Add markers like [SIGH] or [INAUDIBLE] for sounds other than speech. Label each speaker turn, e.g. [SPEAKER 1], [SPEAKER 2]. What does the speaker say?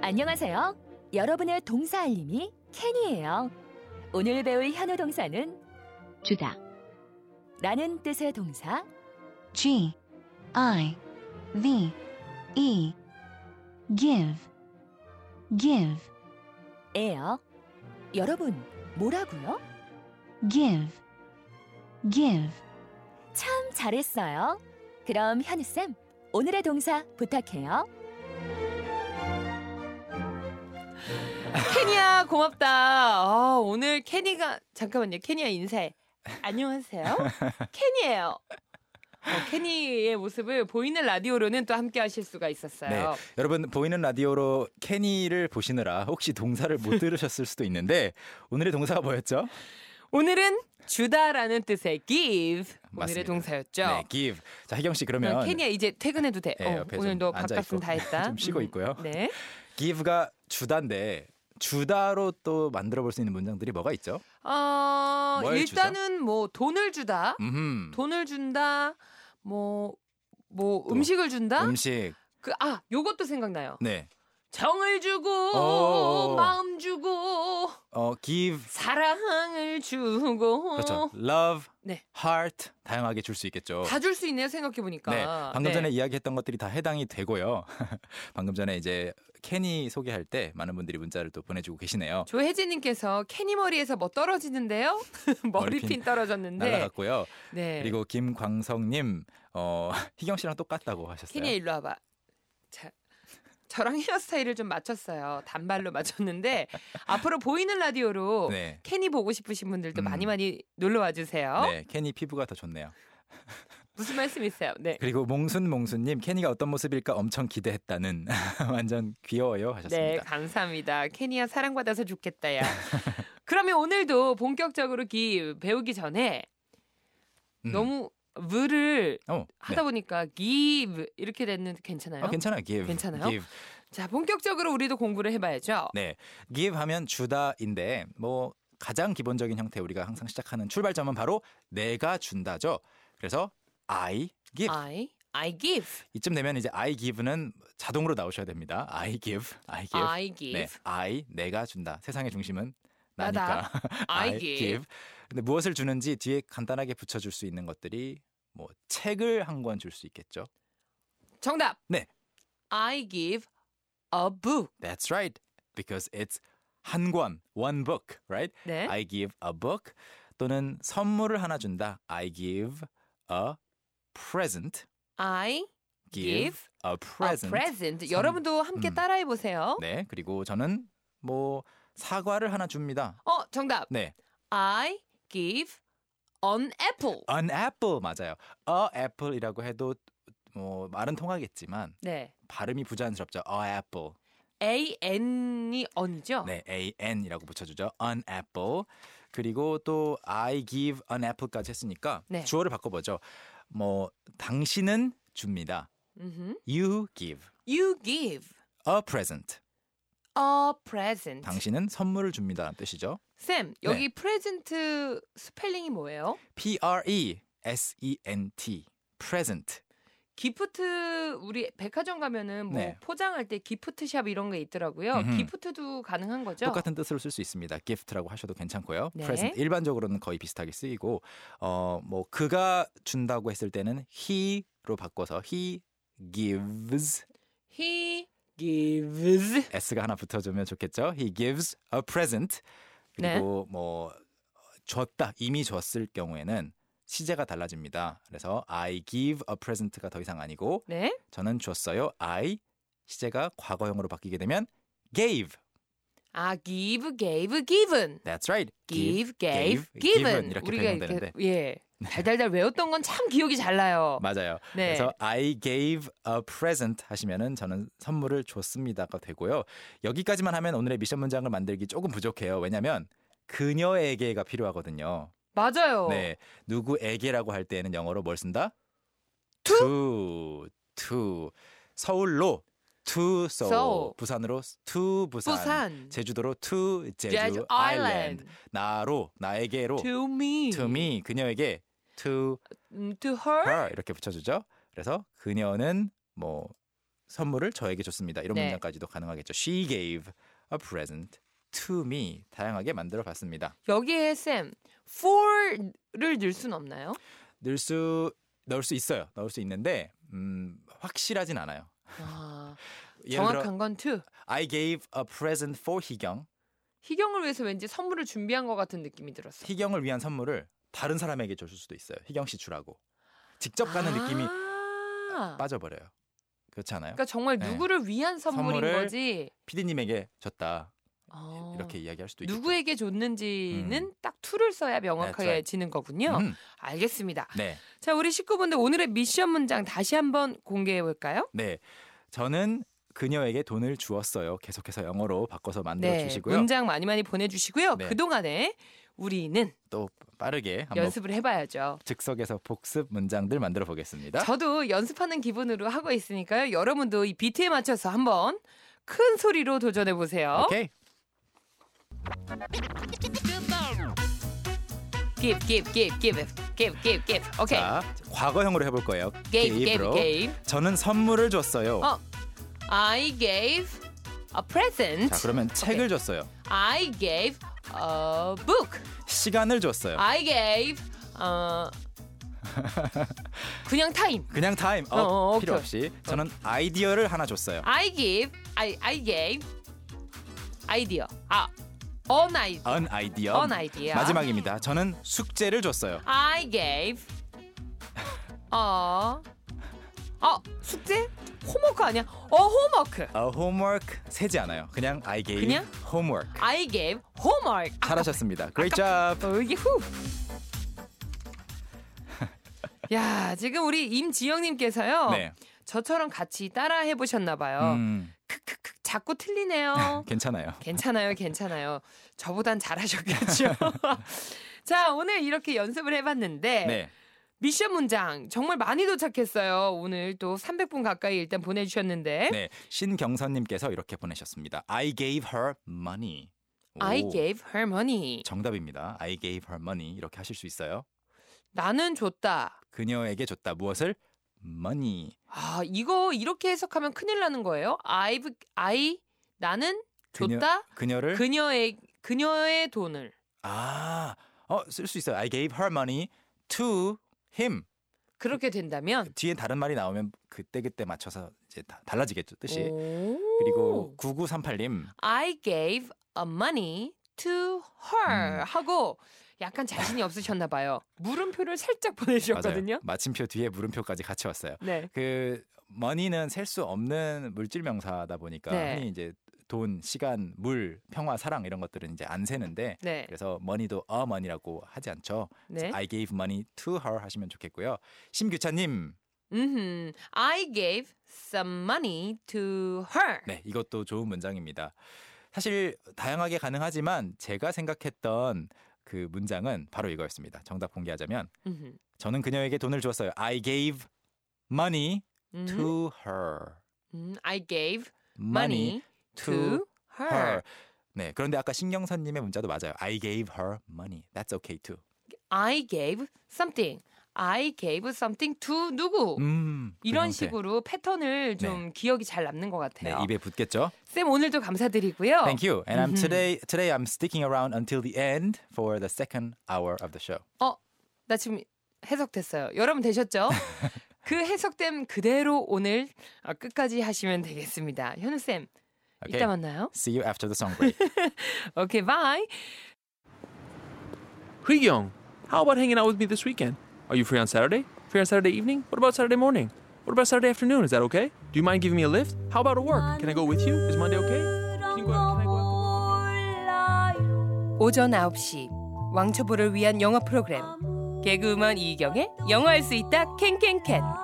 [SPEAKER 1] 안녕하세요. 여러분의 동사 알림이 캔이에요. 오늘 배울 현우 동사는
[SPEAKER 2] 주다.
[SPEAKER 1] 라는 뜻의 동사
[SPEAKER 2] G I V E give give
[SPEAKER 1] 예요. 여러분, 뭐라고요?
[SPEAKER 2] give give
[SPEAKER 1] 참 잘했어요. 그럼 현우쌤, 오늘의 동사 부탁해요.
[SPEAKER 3] 케니야 고맙다. 아, 오늘 케니가 잠깐만요. 케니야 인사해. 안녕하세요. 케니예요. 어, 케니의 모습을 보이는 라디오로는 또 함께 하실 수가 있었어요.
[SPEAKER 4] 네, 여러분 보이는 라디오로 케니를 보시느라 혹시 동사를 못 들으셨을 수도 있는데 오늘의 동사가 뭐였죠?
[SPEAKER 3] 오늘은 주다라는 뜻의 give 오늘의
[SPEAKER 4] 맞습니다.
[SPEAKER 3] 동사였죠.
[SPEAKER 4] 네, give. 자, 혜경 씨
[SPEAKER 3] 어,
[SPEAKER 4] 그러면
[SPEAKER 3] 케니야 이제 퇴근해도 돼.
[SPEAKER 4] 네,
[SPEAKER 3] 어,
[SPEAKER 4] 옆에 좀
[SPEAKER 3] 오늘도
[SPEAKER 4] 앉아
[SPEAKER 3] 밥값은
[SPEAKER 4] 있고
[SPEAKER 3] 다 했다.
[SPEAKER 4] 좀 쉬고
[SPEAKER 3] 음.
[SPEAKER 4] 있고요.
[SPEAKER 3] 네.
[SPEAKER 4] give가 주다인데 주다로 또 만들어 볼 수 있는 문장들이 뭐가 있죠?
[SPEAKER 3] 어,
[SPEAKER 4] 뭘
[SPEAKER 3] 일단은 뭐 돈을 주다,
[SPEAKER 4] 음.
[SPEAKER 3] 돈을 준다, 뭐. 뭐
[SPEAKER 4] 또
[SPEAKER 3] 음식을 준다?
[SPEAKER 4] 음식.
[SPEAKER 3] 그 아 요것도 생각나요.
[SPEAKER 4] 네.
[SPEAKER 3] 정을 주고
[SPEAKER 4] 오.
[SPEAKER 3] 마음 주고
[SPEAKER 4] 어, give
[SPEAKER 3] 사랑을 주고
[SPEAKER 4] 그렇죠. love,
[SPEAKER 3] 네.
[SPEAKER 4] heart 다양하게 줄 수 있겠죠.
[SPEAKER 3] 다 줄 수 있네요 생각해 보니까.
[SPEAKER 4] 네, 방금 전에 이야기했던 것들이 다 해당이 되고요. [LAUGHS] 방금 전에 이제 케니 소개할 때 많은 분들이 문자를 또 보내주고 계시네요.
[SPEAKER 3] 조혜진님께서 캐니 머리에서 뭐 떨어지는데요? [LAUGHS] 머리핀
[SPEAKER 4] 머리핀
[SPEAKER 3] 떨어졌는데.
[SPEAKER 4] 날라갔고요.
[SPEAKER 3] 네.
[SPEAKER 4] 그리고 김광성님, 어, [LAUGHS] 희경 씨랑 똑같다고 하셨어요.
[SPEAKER 3] 캐니 일로 와봐. 자, 저랑 헤어스타일을 좀 맞췄어요. 단발로
[SPEAKER 4] [LAUGHS]
[SPEAKER 3] 맞췄는데 앞으로 보이는 라디오로
[SPEAKER 4] 네.
[SPEAKER 3] 캐니 보고 싶으신 분들도
[SPEAKER 4] 음.
[SPEAKER 3] 많이 많이 놀러 와주세요.
[SPEAKER 4] 네, 케니 피부가 더 좋네요.
[SPEAKER 3] 무슨 말씀이세요? 네.
[SPEAKER 4] 그리고 몽순몽순님, 케니가 어떤 모습일까 엄청 기대했다는 [LAUGHS] 완전 귀여워요
[SPEAKER 3] 네,
[SPEAKER 4] 하셨습니다. 네.
[SPEAKER 3] 감사합니다. 케니야 사랑받아서 좋겠다, 야. [LAUGHS] 그러면 오늘도 본격적으로 기 배우기 전에
[SPEAKER 4] 음.
[SPEAKER 3] 너무 을을
[SPEAKER 4] 어,
[SPEAKER 3] 네. 하다 보니까 give 이렇게 됐는데 괜찮아요?
[SPEAKER 4] 어, 괜찮아요. give.
[SPEAKER 3] 괜찮아요?
[SPEAKER 4] give.
[SPEAKER 3] 자, 본격적으로 우리도 공부를 해봐야죠.
[SPEAKER 4] 네, give 하면 주다인데 뭐 가장 기본적인 형태 우리가 항상 시작하는 출발점은 바로 내가 준다죠. 그래서 I give
[SPEAKER 3] I, I give,
[SPEAKER 4] 이쯤 되면 이제 I give는 자동으로 나오셔야 됩니다. I give, I give.
[SPEAKER 3] I give,
[SPEAKER 4] 네, I 내가 준다. 세상의 중심은
[SPEAKER 3] 나다.
[SPEAKER 4] 나니까.
[SPEAKER 3] I, give.
[SPEAKER 4] 근데 무엇을 주는지 뒤에 간단하게 붙여줄 수 있는 것들이 뭐 책을 한 권 줄 수 있겠죠.
[SPEAKER 3] 정답.
[SPEAKER 4] 네.
[SPEAKER 3] I give a book.
[SPEAKER 4] That's right, because it's 한 권, one book, right?
[SPEAKER 3] 네.
[SPEAKER 4] I give a book 또는 선물을 하나 준다. I give a present.
[SPEAKER 3] I
[SPEAKER 4] Give,
[SPEAKER 3] Give
[SPEAKER 4] a present.
[SPEAKER 3] a present.
[SPEAKER 4] 선-
[SPEAKER 3] 여러분도 함께
[SPEAKER 4] 음.
[SPEAKER 3] 따라해 보세요.
[SPEAKER 4] 네, 그리고 저는 뭐 사과를 하나 줍니다.
[SPEAKER 3] 어, 정답.
[SPEAKER 4] 네,
[SPEAKER 3] I give an apple.
[SPEAKER 4] an apple 맞아요. a apple이라고 해도 뭐 말은 통하겠지만
[SPEAKER 3] 네.
[SPEAKER 4] 발음이 부자연스럽죠. a apple.
[SPEAKER 3] A N이 언이죠.
[SPEAKER 4] 네, a n이라고 붙여주죠. an apple. 그리고 또 I give an apple까지 했으니까
[SPEAKER 3] 네.
[SPEAKER 4] 주어를 바꿔보죠. 뭐 당신은 줍니다.
[SPEAKER 3] 음흠.
[SPEAKER 4] You give
[SPEAKER 3] You give
[SPEAKER 4] a present.
[SPEAKER 3] a present.
[SPEAKER 4] 당신은 네. 선물을 줍니다라는 뜻이죠.
[SPEAKER 3] 쌤 여기 present 스펠링이 뭐예요?
[SPEAKER 4] P R E S E N T present.
[SPEAKER 3] 기프트 우리 백화점 가면은 뭐
[SPEAKER 4] 네.
[SPEAKER 3] 포장할 때 기프트샵 이런 게 있더라고요.
[SPEAKER 4] 음흠.
[SPEAKER 3] 기프트도 가능한 거죠?
[SPEAKER 4] 똑같은 뜻으로 쓸 수 있습니다. gift라고 하셔도 괜찮고요.
[SPEAKER 3] 네.
[SPEAKER 4] present 일반적으로는 거의 비슷하게 쓰이고 어뭐 그가 준다고 했을 때는 he로 바꿔서 he gives
[SPEAKER 3] He gives
[SPEAKER 4] s가 하나 붙어주면 좋겠죠. he gives a present.
[SPEAKER 3] 네.
[SPEAKER 4] 그리고 뭐 줬다 이미 줬을 경우에는 시제가 달라집니다. 그래서 I give a present가 더 이상 아니고
[SPEAKER 3] 네
[SPEAKER 4] 저는 줬어요. I 시제가 과거형으로 바뀌게 되면 gave.
[SPEAKER 3] 아, give, gave, given.
[SPEAKER 4] That's right.
[SPEAKER 3] give, gave,
[SPEAKER 4] gave,
[SPEAKER 3] given.
[SPEAKER 4] given 이렇게
[SPEAKER 3] 우리가 이렇게
[SPEAKER 4] 변형되는데.
[SPEAKER 3] 예 달달달 외웠던 건 참 기억이 잘 나요.
[SPEAKER 4] 맞아요.
[SPEAKER 3] 네.
[SPEAKER 4] 그래서 I gave a present 하시면은 저는 선물을 줬습니다가 되고요. 여기까지만 하면 오늘의 미션 문장을 만들기 조금 부족해요. 왜냐면 그녀에게가 필요하거든요.
[SPEAKER 3] 맞아요.
[SPEAKER 4] 네. 누구에게라고 할 때는 영어로 뭘 쓴다? to to 서울로 to 서울,
[SPEAKER 3] 서울.
[SPEAKER 4] 부산으로 to 부산,
[SPEAKER 3] 부산.
[SPEAKER 4] 제주도로 to 제주,
[SPEAKER 3] 제주
[SPEAKER 4] 아일랜드
[SPEAKER 3] 아일랜드.
[SPEAKER 4] 나로 나에게로
[SPEAKER 3] To me.
[SPEAKER 4] to me 그녀에게 to
[SPEAKER 3] 음, to her.
[SPEAKER 4] her 이렇게 붙여주죠. 그래서 그녀는 뭐 선물을 저에게 줬습니다. 이런
[SPEAKER 3] 네.
[SPEAKER 4] 문장까지도 가능하겠죠. She gave a present to me. 다양하게 만들어 봤습니다.
[SPEAKER 3] 여기에 쌤 for를 넣을 순 없나요?
[SPEAKER 4] 넣을 수 넣을 수 있어요. 넣을 수 있는데 음, 확실하진 않아요.
[SPEAKER 3] 아,
[SPEAKER 4] 예를 들어
[SPEAKER 3] 정확한 건 to.
[SPEAKER 4] I gave a present for 희경.
[SPEAKER 3] 희경을 위해서 왠지 선물을 준비한 것 같은 느낌이 들었어.
[SPEAKER 4] 희경을 위한 선물을 다른 사람에게 줬을 수도 있어요. 희경 씨 주라고. 직접 가는 느낌이
[SPEAKER 3] 아.
[SPEAKER 4] 빠져버려요. 그렇지 않아요?
[SPEAKER 3] 그러니까 정말
[SPEAKER 4] 네.
[SPEAKER 3] 누구를 위한 선물인
[SPEAKER 4] 선물을
[SPEAKER 3] 거지.
[SPEAKER 4] 피디님에게 줬다.
[SPEAKER 3] 어.
[SPEAKER 4] 이렇게 이야기할 수도 있고.
[SPEAKER 3] 누구에게 줬는지는
[SPEAKER 4] 음.
[SPEAKER 3] 딱 투를 써야 명확하게
[SPEAKER 4] That's right.
[SPEAKER 3] 지는 거군요.
[SPEAKER 4] 음,
[SPEAKER 3] 알겠습니다.
[SPEAKER 4] 네.
[SPEAKER 3] 자, 우리 식구분들 오늘의 미션 문장 다시 한번 공개해 볼까요?
[SPEAKER 4] 네. 저는 그녀에게 돈을 주었어요. 계속해서 영어로 바꿔서 만들어
[SPEAKER 3] 네,
[SPEAKER 4] 주시고요.
[SPEAKER 3] 문장 많이 많이 보내주시고요.
[SPEAKER 4] 네.
[SPEAKER 3] 그 동안에 우리는
[SPEAKER 4] 또 빠르게 한번
[SPEAKER 3] 연습을 해봐야죠.
[SPEAKER 4] 즉석에서 복습 문장들 만들어 보겠습니다.
[SPEAKER 3] 저도 연습하는 기분으로 하고 있으니까요. 여러분도 이 비트에 맞춰서 한번 큰 소리로 도전해 보세요.
[SPEAKER 4] 오케이.
[SPEAKER 3] Give, give, give, give, give, give, give. 오케이.
[SPEAKER 4] 자, 과거형으로 해볼 거예요.
[SPEAKER 3] Gave,
[SPEAKER 4] gave로.
[SPEAKER 3] gave, gave.
[SPEAKER 4] 저는 선물을 줬어요.
[SPEAKER 3] 어. I gave a present.
[SPEAKER 4] 자, 그러면 책을 줬어요.
[SPEAKER 3] I gave a book.
[SPEAKER 4] 시간을 줬어요.
[SPEAKER 3] I gave
[SPEAKER 4] [LAUGHS]
[SPEAKER 3] 어 그냥 타임.
[SPEAKER 4] 그냥 타임 업
[SPEAKER 3] 어, 어,
[SPEAKER 4] 필요
[SPEAKER 3] 오케이.
[SPEAKER 4] 없이 저는 아이디어를 하나 줬어요.
[SPEAKER 3] I give I I gave 아이디어. 아 on idea.
[SPEAKER 4] an idea.
[SPEAKER 3] 아. An idea.
[SPEAKER 4] 마지막입니다. 저는 숙제를 줬어요.
[SPEAKER 3] I
[SPEAKER 4] [LAUGHS]
[SPEAKER 3] gave 어어 숙제? 홈워크 아니야? 어 홈워크.
[SPEAKER 4] 어, homework 세지 않아요. 그냥 I gave
[SPEAKER 3] 그냥?
[SPEAKER 4] homework.
[SPEAKER 3] I gave homework. 아,
[SPEAKER 4] 잘하셨습니다. Great job.
[SPEAKER 3] 어, 이게
[SPEAKER 4] [LAUGHS]
[SPEAKER 3] 후. 야, 지금 우리 임지영님께서요.
[SPEAKER 4] 네.
[SPEAKER 3] 저처럼 같이 따라 해보셨나 봐요.
[SPEAKER 4] 음,
[SPEAKER 3] 크크크 자꾸
[SPEAKER 4] [LAUGHS]
[SPEAKER 3] 틀리네요.
[SPEAKER 4] 괜찮아요.
[SPEAKER 3] 괜찮아요, 괜찮아요. 저보단
[SPEAKER 4] [LAUGHS]
[SPEAKER 3] 잘하셨겠죠. [LAUGHS] 자, 오늘 이렇게 연습을 해봤는데
[SPEAKER 4] 네.
[SPEAKER 3] 미션 문장 정말 많이 도착했어요. 오늘 또 300분 가까이 일단 보내주셨는데
[SPEAKER 4] 네. 신경선 님께서 이렇게 보내셨습니다. I gave her money. 오,
[SPEAKER 3] I gave her money.
[SPEAKER 4] 정답입니다. I gave her money 이렇게 하실 수 있어요.
[SPEAKER 3] 나는 줬다.
[SPEAKER 4] 그녀에게 줬다. 무엇을? money.
[SPEAKER 3] 아, 이거 이렇게 해석하면 큰일 나는 거예요. I've I 나는
[SPEAKER 4] 그녀-
[SPEAKER 3] 줬다.
[SPEAKER 4] 그녀를
[SPEAKER 3] 그녀의 그녀의 돈을
[SPEAKER 4] 아, 어, 쓸 수 있어요. I gave her money to him.
[SPEAKER 3] 그렇게 된다면
[SPEAKER 4] 뒤에 다른 말이 나오면 그때 그때 맞춰서 이제 다, 달라지겠죠 그 뜻이.
[SPEAKER 3] 오.
[SPEAKER 4] 그리고 9938님
[SPEAKER 3] I gave a money to her
[SPEAKER 4] 음.
[SPEAKER 3] 하고 약간 자신이 없으셨나 봐요. 물음표를 살짝
[SPEAKER 4] 맞아요.
[SPEAKER 3] 보내주셨거든요.
[SPEAKER 4] 마침표 뒤에 물음표까지 같이 왔어요.
[SPEAKER 3] 네.
[SPEAKER 4] 그 money는 셀 수 없는 물질 명사다 보니까
[SPEAKER 3] 네.
[SPEAKER 4] 흔히 이제 돈, 시간, 물, 평화, 사랑 이런 것들은 이제 안 세는데
[SPEAKER 3] 네.
[SPEAKER 4] 그래서 money도 a money라고 하지 않죠.
[SPEAKER 3] 네.
[SPEAKER 4] I gave money to her 하시면 좋겠고요. 심규찬님,
[SPEAKER 3] 음. I gave some money to her.
[SPEAKER 4] 네 이것도 좋은 문장입니다. 사실 다양하게 가능하지만 제가 생각했던 그 문장은 바로 이거였습니다. 정답 공개하자면
[SPEAKER 3] 음흠.
[SPEAKER 4] 저는 그녀에게 돈을 주었어요. I gave money
[SPEAKER 3] 음.
[SPEAKER 4] to her.
[SPEAKER 3] 음, I gave
[SPEAKER 4] money
[SPEAKER 3] money, to her.
[SPEAKER 4] 네, 그런데 아까 신경선님의 문자도 맞아요. I gave her money. That's okay too.
[SPEAKER 3] I gave something. I gave something to 누구?
[SPEAKER 4] 음, 그
[SPEAKER 3] 이런
[SPEAKER 4] 형태.
[SPEAKER 3] 식으로 패턴을 좀 기억이 잘 남는 것
[SPEAKER 4] 네,
[SPEAKER 3] 같아요.
[SPEAKER 4] 입에 붙겠죠.
[SPEAKER 3] 쌤 오늘도 감사드리고요.
[SPEAKER 4] Thank you. And I'm
[SPEAKER 3] Mhm.
[SPEAKER 4] today today I'm sticking around until the end for the second hour of the show.
[SPEAKER 3] 나 지금 해석됐어요. 여러분
[SPEAKER 4] [LAUGHS]
[SPEAKER 3] 되셨죠? 그 해석됨 그대로 오늘 어, 끝까지 하시면 되겠습니다. 현우 쌤,
[SPEAKER 4] Okay.
[SPEAKER 3] 이따 만나요.
[SPEAKER 4] See you after the song break.
[SPEAKER 3] 오케이, 바이.
[SPEAKER 5] Young, how about hanging out with me this weekend? Are you free on Saturday? Free on Saturday evening? What about Saturday morning? What about Saturday afternoon? Is that okay? Do you mind giving me a lift? How about a work? Can I go with you? Is Monday okay? Can you go out? Can I go out?
[SPEAKER 3] 오전 9시 왕초보를 위한 영어 프로그램 개그우먼 이경의 영어할 수 있다 캔캔캔.